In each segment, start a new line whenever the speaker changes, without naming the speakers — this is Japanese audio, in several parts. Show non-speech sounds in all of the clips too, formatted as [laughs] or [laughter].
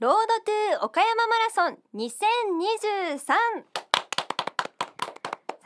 ロードトゥ岡山マラソン2023さ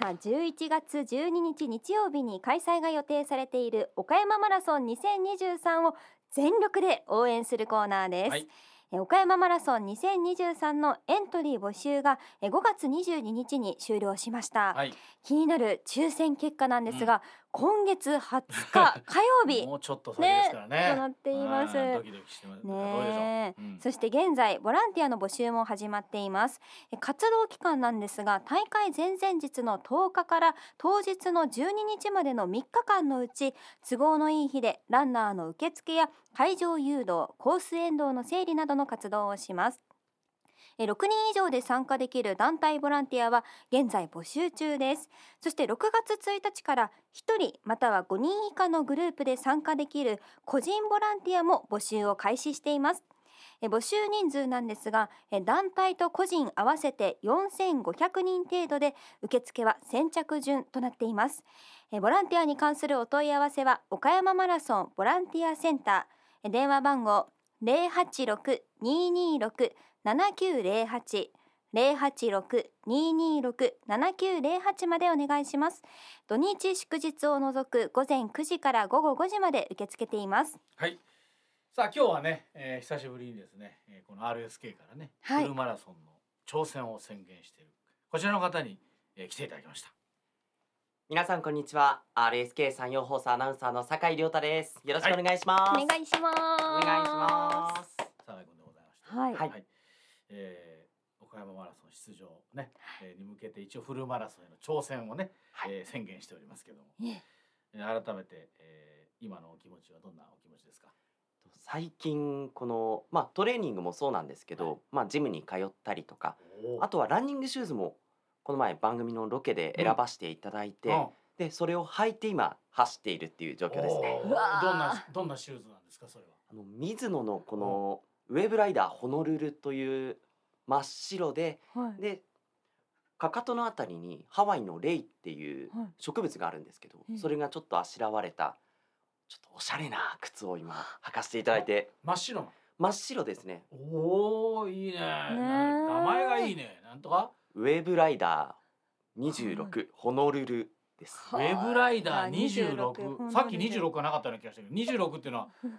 あ11月12日日曜日に開催が予定されている岡山マラソン2023を全力で応援するコーナーです、
はい
え岡山マラソン2023のエントリー募集がえ5月22日に終了しました、
はい、
気になる抽選結果なんですが、今月20日火曜日
もうちょっと先ですからね。
となっています
うんドキドキしてます。どうでしょう。
ねえ
うん
そして現在ボランティアの募集も始まっていますえ活動期間なんですが大会前々日の10日から当日の12日までの3日間のうち都合のいい日でランナーの受付や会場誘導コース沿道の整理などの活動をしますえ6人以上で参加できる団体ボランティアは現在募集中ですそして6月1日から1人または5人以下のグループで参加できる個人ボランティアも募集を開始していますえ募集人数なんですがえ団体と個人合わせて4500人程度で受付は先着順となっていますえボランティアに関するお問い合わせは岡山マラソンボランティアセンターえ電話番号086-226-7908 086-226-7908までお願いします土日祝日を除く午前9時から午後5時まで受け付けています
はい。さあ今日はね、えー、久しぶりにですね、えー、この RSK からね、
はい
フルマラソンの挑戦を宣言しているこちらの方に、えー、来ていただきました。
皆さんこんにちは RSK 山陽放送アナウンサーの酒井亮太ですよろしくお願いします、
お願いします
お願いします
佐井君でございました。
はい
はい。えー、岡山マラソン出場ね、えー、に向けて一応フルマラソンへの挑戦をね、
はい
えー、宣言しておりますけども、
ええ
えー、改めて、えー、今のお気持ちはどんなお気持ちですか。
最近このまあトレーニングもそうなんですけど、まあジムに通ったりとかあ
と
とはランニングシューズもこの前番組のロケで選ばせていただいて、でそれを履いて今走っているっていう状況ですね
おー
うわー
どんなどんなシューズなんですかそれは。
あの水野のこのウェブライダーホノルルという真っ白で
はい
でかかとのあたりにハワイのレイっていう
はい
植物があるんですけど、
ええ
それがちょっとあしらわれたちょっとおしゃれな靴を今履かせていただいて
真っ白なの。
真っ白ですね
おおいいね
え
名前がいいね。なんとか
ウェブライダー26、ホノルルです
ウ
は
ェブライダー
あ
二十
26
六。さっき二十六がなかったような気がしたけど、二十六っていうのはなんかあ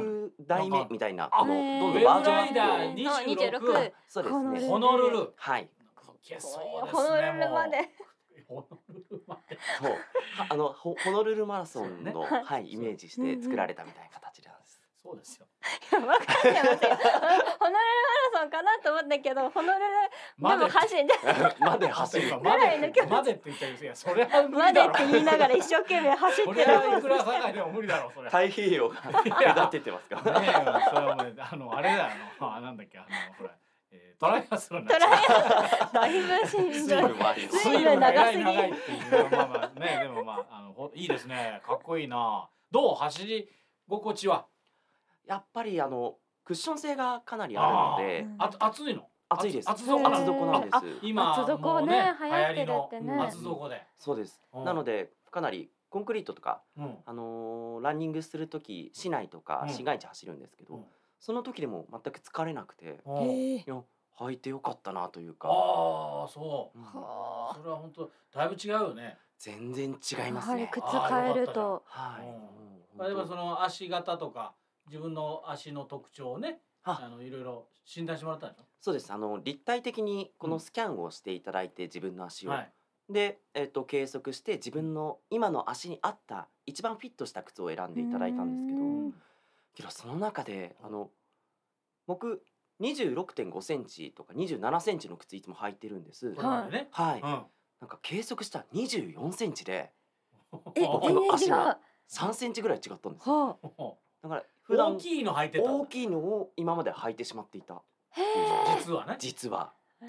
26代目みたいな
あ
[laughs] あの
へー
どん
ウ
ど
ェ
ん
ブ
バージョンア
ライダ
ッ
ー
プを
二
の
十六。
26
そうですね
ホノルル。
はい
消そうですね。
ホノルルまで [laughs]
もう。ホノルルまで。
そう [laughs] はあのホホノルルマラソンの、
そう
ね
はいイメージして作られたみたいな形なんです
そうですよ。
いやわかってますよホノルルマラソンかなと思ったけどホノルル
ま
でも
で。
走る
[laughs] まで走る
ま
ぐらいの
で
距
って。
離
までって言ったけど、いや、それは無
ま
理
で
だ
っ
ろ。
て言いながら一生懸命走
そ
って
れ
る
はいくら酒井でも無理だろそれ。
太平洋が [laughs]
いや
目立ってってます
ねえ、
か
それ [laughs]
ら
はもうあのあれだよあのあなんだっけあのほら、えー、トライアスロンになっちゃう
トライだいぶしん
水
どい
分もあります
水分長すぎ
水長いっていうまあまあねでもまああのほいいですねかっこいいなどう走り心地は
やっぱりあのクッション性がかなりあるので
あー
あ暑いの
暑いです
厚
そう
底な
厚底なんです
今
厚底ね
もう
流行ってる
流行
って
り
ね
の厚底で、
そうです
うん
なのでかなりコンクリートとか
うん
あのーランニングする時市内とか
うん
市街地走るんですけど、
うん
その時でも全く疲れなくて
うん
いや履いてよかったなというか、
ああそう
うん
は
それは本当だいぶ違うよね
全然
あ
違います
やはり
ね
靴
あー
変えると
はい、
うん
もう
まあでも
本
そ
当
の足型とか自分の足の特徴をね
あ
あのいろいろ診断してもらったんでし
そうですあの立体的にこ
うん
のスキャンをしていただいて自分の足
ょ
を、
はい
で、えっと計測して自分の今の足に合った一番フィットした靴を選んでいただいたんですけど
うん
けどその中であの僕26.5センチとか27センチの靴いつも履いてるんです。
これまでね、
はい、
うん
なんか計測したら24センチで
え
[laughs]
僕
全
の
然違
足
うは
が3センチぐらい違ったんですよ
あ
だから普段
大きいの履いてたんだ
大きいのを今まで履いてしまっていた
へ
実はね
実は
おー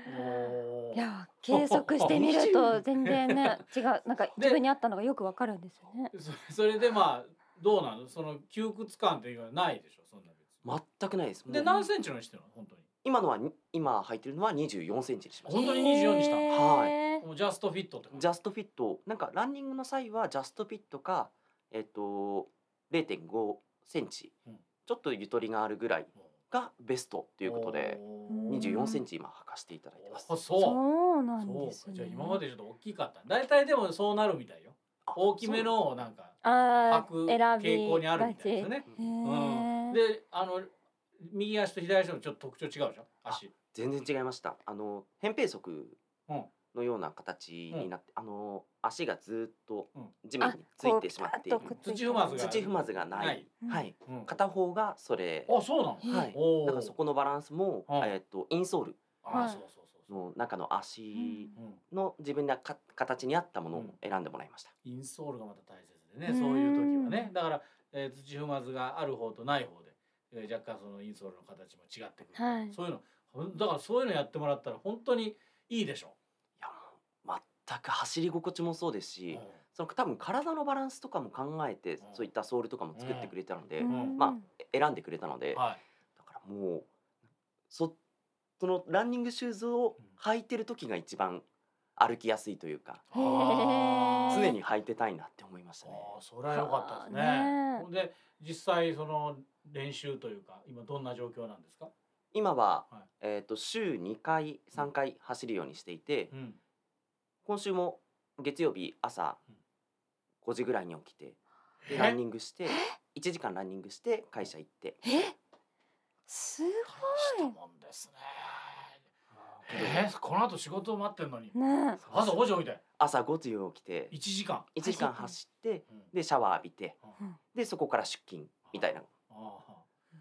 えいや計測してみると全然ね違うなんか自分に合ったのがよくわかるんですよね
そそれでまあどうなのその窮屈感っていうのはないでしょそんな別
全くないです
に
も
で
う
何センチのにしてるの本当に
今のはに今履いてるのは24センチにしまし
本当に24にした
へえ
もうジャストフィットって
たジャストフィットなんかランニングの際はジャストフィットかえっ、と0.5センチ、
うん
ちょっとゆとりがあるぐらいがベストということで
おー
24センチ今履かせていただいてます
あ。そう
そうなん
そ
で
う
す
か
ね。
じゃあ今までちょっと大きかった大体でもそうなるみたいよ大きめのをなんか
あ
履く
ー選び
傾向にあるみたいですよね、
へ
うん、
ー
であの右足と左足のちょっと特徴違うじゃん足
全然違いました。あの扁平足のような形になって、あの足がずっと地面についてしまっている
あこう。
土踏まずが
土踏まずがない。
ない、
うん
はい。
うん、
片方がそれ。
あそうなの
へ
はい。
おー
だからそこのバランスも、
うん
えっとインソール
あ
はい
そうそうそうそう、
の中の足
うん、
の自分のか形に合ったものを選んでもらいました。
インソールがまた大切で
う
ね
ん
そういう時はねだから、えー土踏まずがある方とない方で、えー若干そのインソールの形も違ってくるから、
はい
そういうのほんだからそういうのやってもらったら本当にいいでしょ
いやもう全く走り心地もそうです
う
し
ん、
その多分体のバランスとかも考えて、
ん
そういったソールとかも作ってくれたので、
うん
ま選んでくれたので、
はい
だからもうそそのランニングシューズを履いてる時が一番歩きやすいというか、
へー
あー
常に履いてたいなって思いましたね。
ああそれは良かったですね。
はあね
ほんで実際その練習というか今どんな状況なんですか？
今は、
はい
えっ、と週2回3回走るようにしていて、
うん。
今週も月曜日朝
うん
5時ぐらいに起きてで
え
ランニングして1時間ランニングして会社行って
えす
大
ご
し
い
たもんですね。えー、この後仕事待ってんのに
ね
朝5時起きて
朝5時に起きて
1時間。
1時間走
走
って
うん
でシャワー浴びて
うん
でそこから出勤みたいな。
ああ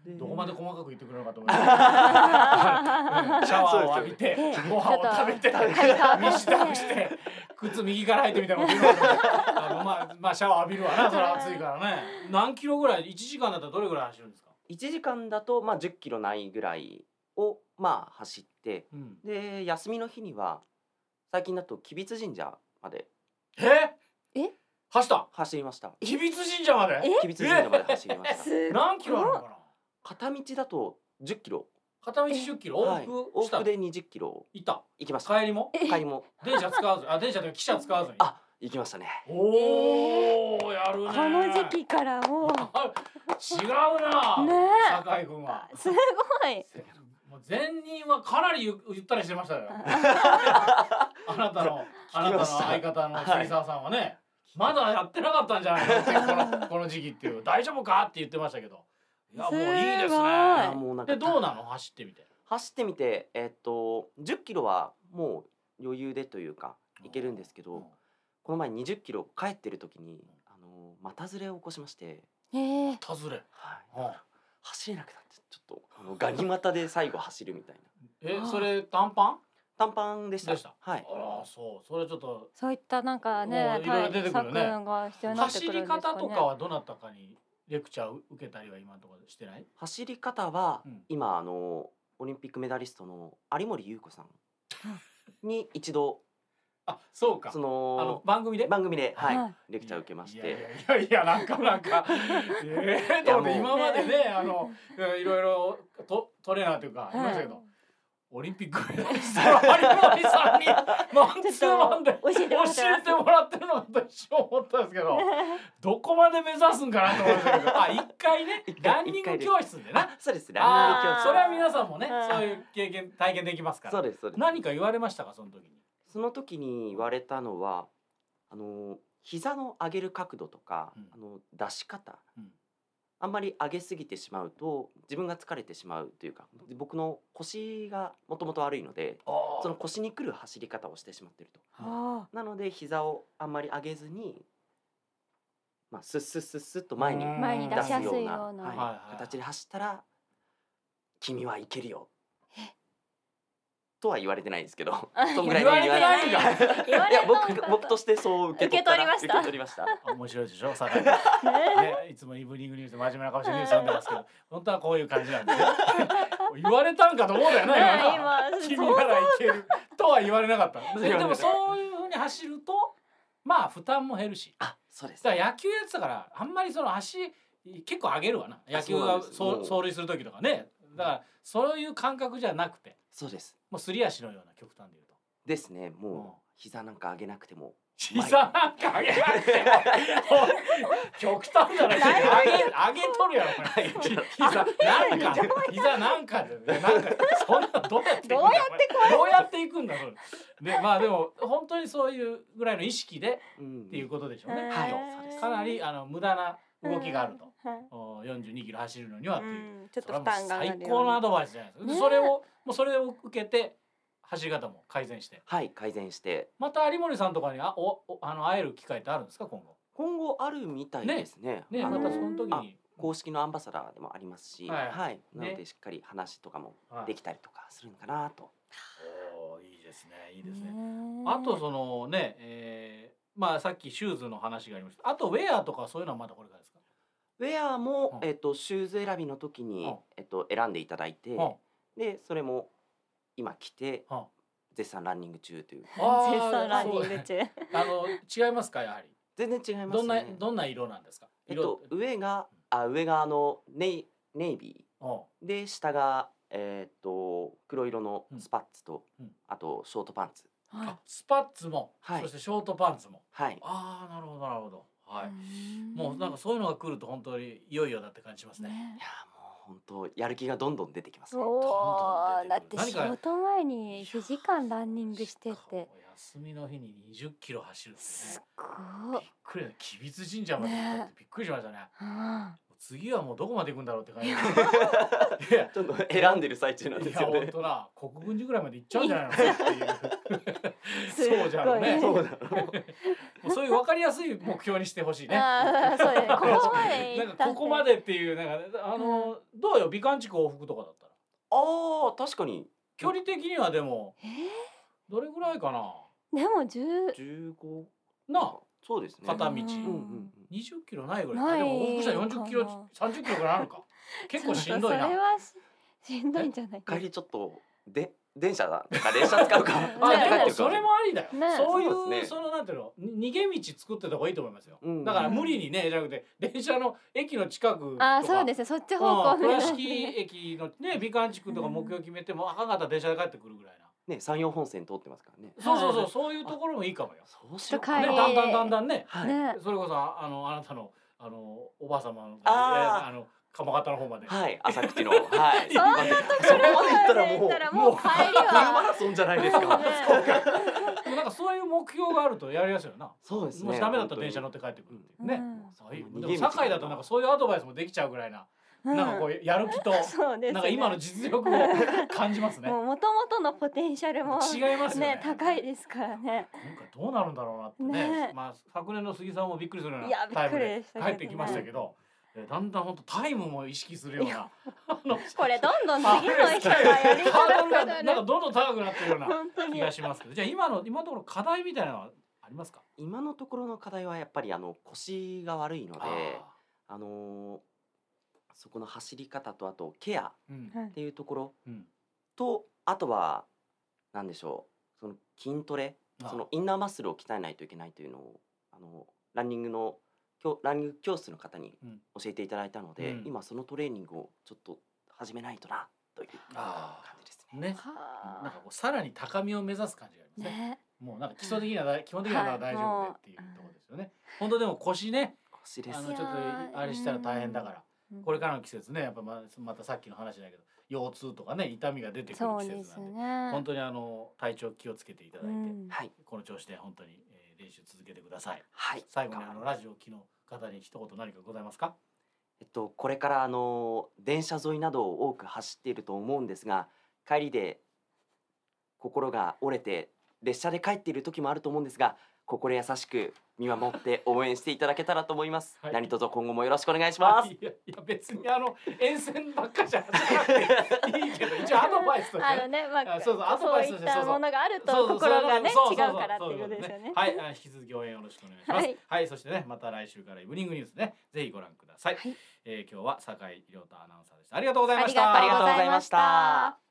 え
どこまで細かく言ってくれるのかと思い [laughs] ま
あ
す。シャワーを浴びて
そうですよね
ご飯を食べて
ちょっと食べて
身支度して靴右から履いてみたいなこと言うのかと思ったまあまあシャワー浴びるわなそれ暑いからね。何キロぐらい1時間だったらどれぐらい走るんですか？
1時間だとまあ10キロないぐらいをまあ走って
うん。
で休みの日には最近だと吉備津神社まで
え？
え？
走った？
走りました
吉備津神社まで？
え
吉備津神社まで走りました
す
何キロあるのかな？
片道だと10キロ
片道10キロ
はい
往復
往
した。
復で20キロ
行った。
行きました
帰りも
え
帰りも
電車使わず、あ電車で汽車使わずに。
あ行きましたね
おおやるね。
この時期からもう
あ。違うな。
ねえ
酒井君は。
すごい
もう前任はかなりゆゆったりして
[laughs]
ましたよ。あなたのあなたの相方の杉沢さんはね、まだやってなかったんじゃないのっていうこのこの時期っていう大丈夫かって言ってましたけど。いやもういいで
す
す
ごい。
ね
あもうなんか
でどうなの走ってみて。
走ってみてえっと10キロはもう余裕でというか行けるんですけど、
うん
この前20キロ帰ってる時にあの股ずれを起こしまして、
ええ
たずれ。
は
う
い、
ん
走れなくなってちょっとあのガニ股で最後走るみたいな
え
あー
それ短パン？
短パンでした
でした
はい
ああそうそれちょっと
そういったなんか
も
ね
ういろいろ出て
対
く
策
るね
が必要になってく
走
るん
り
ですかね
方とかはどなたかにレクチャーを受けたりは今のところしてない？
走り方は、
うん
今あのオリンピックメダリストの有森裕子さんに一度
あそうか。
そ
あの
の
番組で。
番組で、はい
は
レクチャーを受けまし
いやい
て
やいやなんかなん
[laughs]
かええと思って
いやも
今までねあのいろいろとトレーナーというかいましたけど、オリンピックメダリストの有森さんにマンツーマン
[laughs]
で
教えてもらってます
教えてもらってるのかと一生思ったんです
[laughs]
けどどこまで目指すんかなと思いましたけどあ一回ね
一回
ランニング教室でな
あそうですランニ
あ
ング教
あ
室
それは皆さんもね
うん
そういう経験体験できますか
そ
ら
うですそうです
何か言われましたかその時に
その時に言われたのはあの膝の上げる角度とか、
うん
あの出し方、
うん
あんまり上げすぎてしまうと自分が疲れてしまうというか僕の腰がもともと悪いのでその腰にくる走り方をしてしまっていると
あ
なので膝をあんまり上げずに、まあ、スッスッスッスッと前に
う
あ
ん
前に出しやすいよう
は
な、
いはい
形で走ったら「君はいけるよ」とは言われてないです
[laughs]
けどそんぐらい
言
に
われてないん
言われて
だ
ない言わ
い
れ
や
たのか
僕僕としてそう受
受け
け取
取りました
受け取りました。
[laughs] 面白いでしょ酒井君
ね
ね、いつもイブニングニュースで真面目な顔してニュース読んでますけど、本当はこういう感じなんですよ。言われたんかと思うだよね、
ね
今な。
今
君ならいけるとは言われなかった。で
言われな
も
かった
そういう風に走ると、まあ負担も減るし。
あそうです。
だから野球やってたから、あんまりその足結構上げるわな。野球
そうなん
が
です
そ
も
う
う
走塁する時とかね。だからそういう感覚じゃなくて、
そうです。
もうすり足のような極端で言うと。
ですね。も
うん
[laughs]
う膝なんか上げなくても
膝なんか上げなくてもおい極端じゃない上げ上げとるやろお前ひ膝なんか膝なんかでなんかそんなどうやっていくんだ
どうやって
お前どうやっていくんだそれでまあでも本当にそういうぐらいの意識で
っ
っていうことでしょう
う
ね
ん
はい
うん
かなりあの無駄な動きがあると、
はい
お42キロ走るのにはって
う
いうん
ちょっ
そ
と
れは
負担が上が
もう最
る
高のア
よ
ドバイスじゃないですか、で
ねえ
それをもうそれを受けて走り方も改善して
はい改善して
また有森さんとかにあおおあの会える機会ってあるんですか今後
今後あるみたいですね
ね
あ
ま
の
たその時
あ
に
公式のアンバサダーでもありますし、
は
はいい
ね
なのでしっかり話とかも
はい
できたりとかするのかなと、
おーいいですねいい
ね
ですね
ね
あとそのねえー、まあさっきシューズの話がありましたあとウェアとかそういうのはまだこれからですか、
ウェアも、
うん
えっとシューズ選びの時に、
うん
えっと選んでいただいて、
うんあ
でそれも今着て、
うん
絶賛ランニング中という
ー
絶賛ランニング
そう
中
あの違いますかやはり
全然違いますね
どんなどんな色なんですか
えっ
色
と、上があ上があのネイネイビ
うん
ーで下がえーっと黒色のスパッツと、
うんうん
あとショートパンツ
あスパッツも、
はい
そしてショートパンツも
はい
ああなるほどなるほどはい、
い
もうなんかそういうのが来ると本当にいよいよだって感じしますね。
いやーもう本当やる気がどんどん出てきますね
そ
どんどん出てく
う
る
だって
何
仕
か
事前に1時間ランニングして
しか
て
も休みの日に20キロ走るって
す
ね
っご
びっ
い
くりだ吉備津神社まで行ったってびっくりしましたね
うん
次はもうどこまで行くんだろうって感じいや
ちょっと選んでる最中なん
い
で
や
すよ
本
ね
当だ国分寺ぐらいまで行っちゃうんじゃないのって
すっ
い
ごいう
そうじゃろうね
[laughs] そうだろう
もうそういう分かりやすい目標にしてほしいね。
あーそうねここまで
な
行
ん
っ
か
た
ここまでっていうなんかあの、どうよ美観地区往復とかだったら
あー確かに
距離的にはでも
え
どれぐらいかな
ーでも10
15
なあ
そうですね
片道
うん
うんうん
20キロないぐらい
ない
でも往復したら40キロ
かな
30キロぐらいあるか結構しんどい
そ
な
れはししんどいんじゃない
うん、帰りちょっとで電車だとか電車使うか
あ
電
ね
車帰
あ
っ
でも
てる
そ
か
れもありだよ、
ね
そういうそ
そうですね
のなんていうのに逃げ道作ってた方がいいと思いますよ、
うん
だから無理にねじゃなくて電車の駅の近くとか
あーそうですねそっち方
う
向
ん
目
倉
指
敷
して
駅の
[laughs]
ね美観地区とか目標決めても赤方電車で帰ってくるぐらいな、
ね山陽本線通ってますからね
そうそうそうそういうところもいいかもよ、
そうしようか
ち
ね、
ょっと帰り
だんだんだんだんね
はい、
ね
それこそああのあなたのあのおばあ様の
あー
えーあの鎌方の方まで
はい、浅口の、はい。
そんな
そこまで行った
行った
ら
ら
もう、
もう
もう
帰り
フルマ
は
ラソンじゃないです
そう
か。
ね
でもなんかそういう目標があるとやりやすいよな。
そうですね。
もしダメだったら電車乗って帰ってくるっていうね。
うん
そういう
逃げ
で
道
も堺だとなんかそういうアドバイスもできちゃうぐらいな、
うん
なんかこうやる気と、
[laughs] そうですね
なんか今の実力を感じますね。
もう元々のポテンシャルも
違いますよね
ね高いですからね
なんかどうなるんだろうなってね。
ね
まあ昨年の杉さんもびっくりするよう
いや
なタイ
び
ム
っくり
で
でしたけど
帰
ね
ってきましたけど、えだんだん本当タイムも意識するような、あの
これどんどん次の人がやりた
ハードル
くな
がなんか
る
どんどん高くなってるような
本当
気
に
がしますけど、じゃあ今の今のところ課題みたいなのはありますか？
今のところの課題はやっぱりあの腰が悪いので、
あ
あのーそこの走り方とあとケアっ
ーうん
はい
ていうところ
うん
と、あとはなんでしょう、その筋トレ、
あ
そのインナーマッスルを鍛えないといけないというのをあのランニングの教ランニング教室の方に
うん
教えていただいたので、
うん
今そのトレーニングをちょっと始めないとなという感
あー
じですね。
ね。なん
は
かこうさらに高みを目指す感じがあり
あ
ますね。
ね
もうなんか基礎的なだ基本的なのは大丈夫でっていう
はいもう
ところですよね。本当でも腰ね、
腰で
あ
す
の
い
ちょ
や
っ
ー
とあれしたら大変だから、
うん
これからの季節ね、やっぱままたさっきの話だけど、腰痛とかね痛みが出てくる
そう
季
で
節
す
なんで、
ね
本当にあの体調気をつけていただいて、
うん
はい
この調子で本当に、えー練習続けてください。
はい。
最後にあのラジオ機の方に一言何かございますか？
えっとこれからあの電車沿いなどを多く走っていると思うんですが、帰りで心が折れて列車で帰っている時もあると思うんですが、心優しく見守って応援していただけたらと思います。
はい
何卒今後もよろしくお願いします。
[laughs] いやいや別にあの沿線ばっかじゃ走らなくていいけど、一応アドバイスとして
あ
ね
のね、ま
あ
あ、
そうそうアドバイス
そういっ
とし
てたものがあると
そうそう
心がね
そう
違う
そうそう
からって
そ
いうこ
う
とですよね。
はい、あ引き続き応援よろしくお願いします。は
はいい、
そしてね、また来週からイブニングニュースね、ぜひご覧ください。
はい
えー今日は酒井亮太アナウンサーでした。ありがとうござい
あ
ま
り
した。
がとうございました。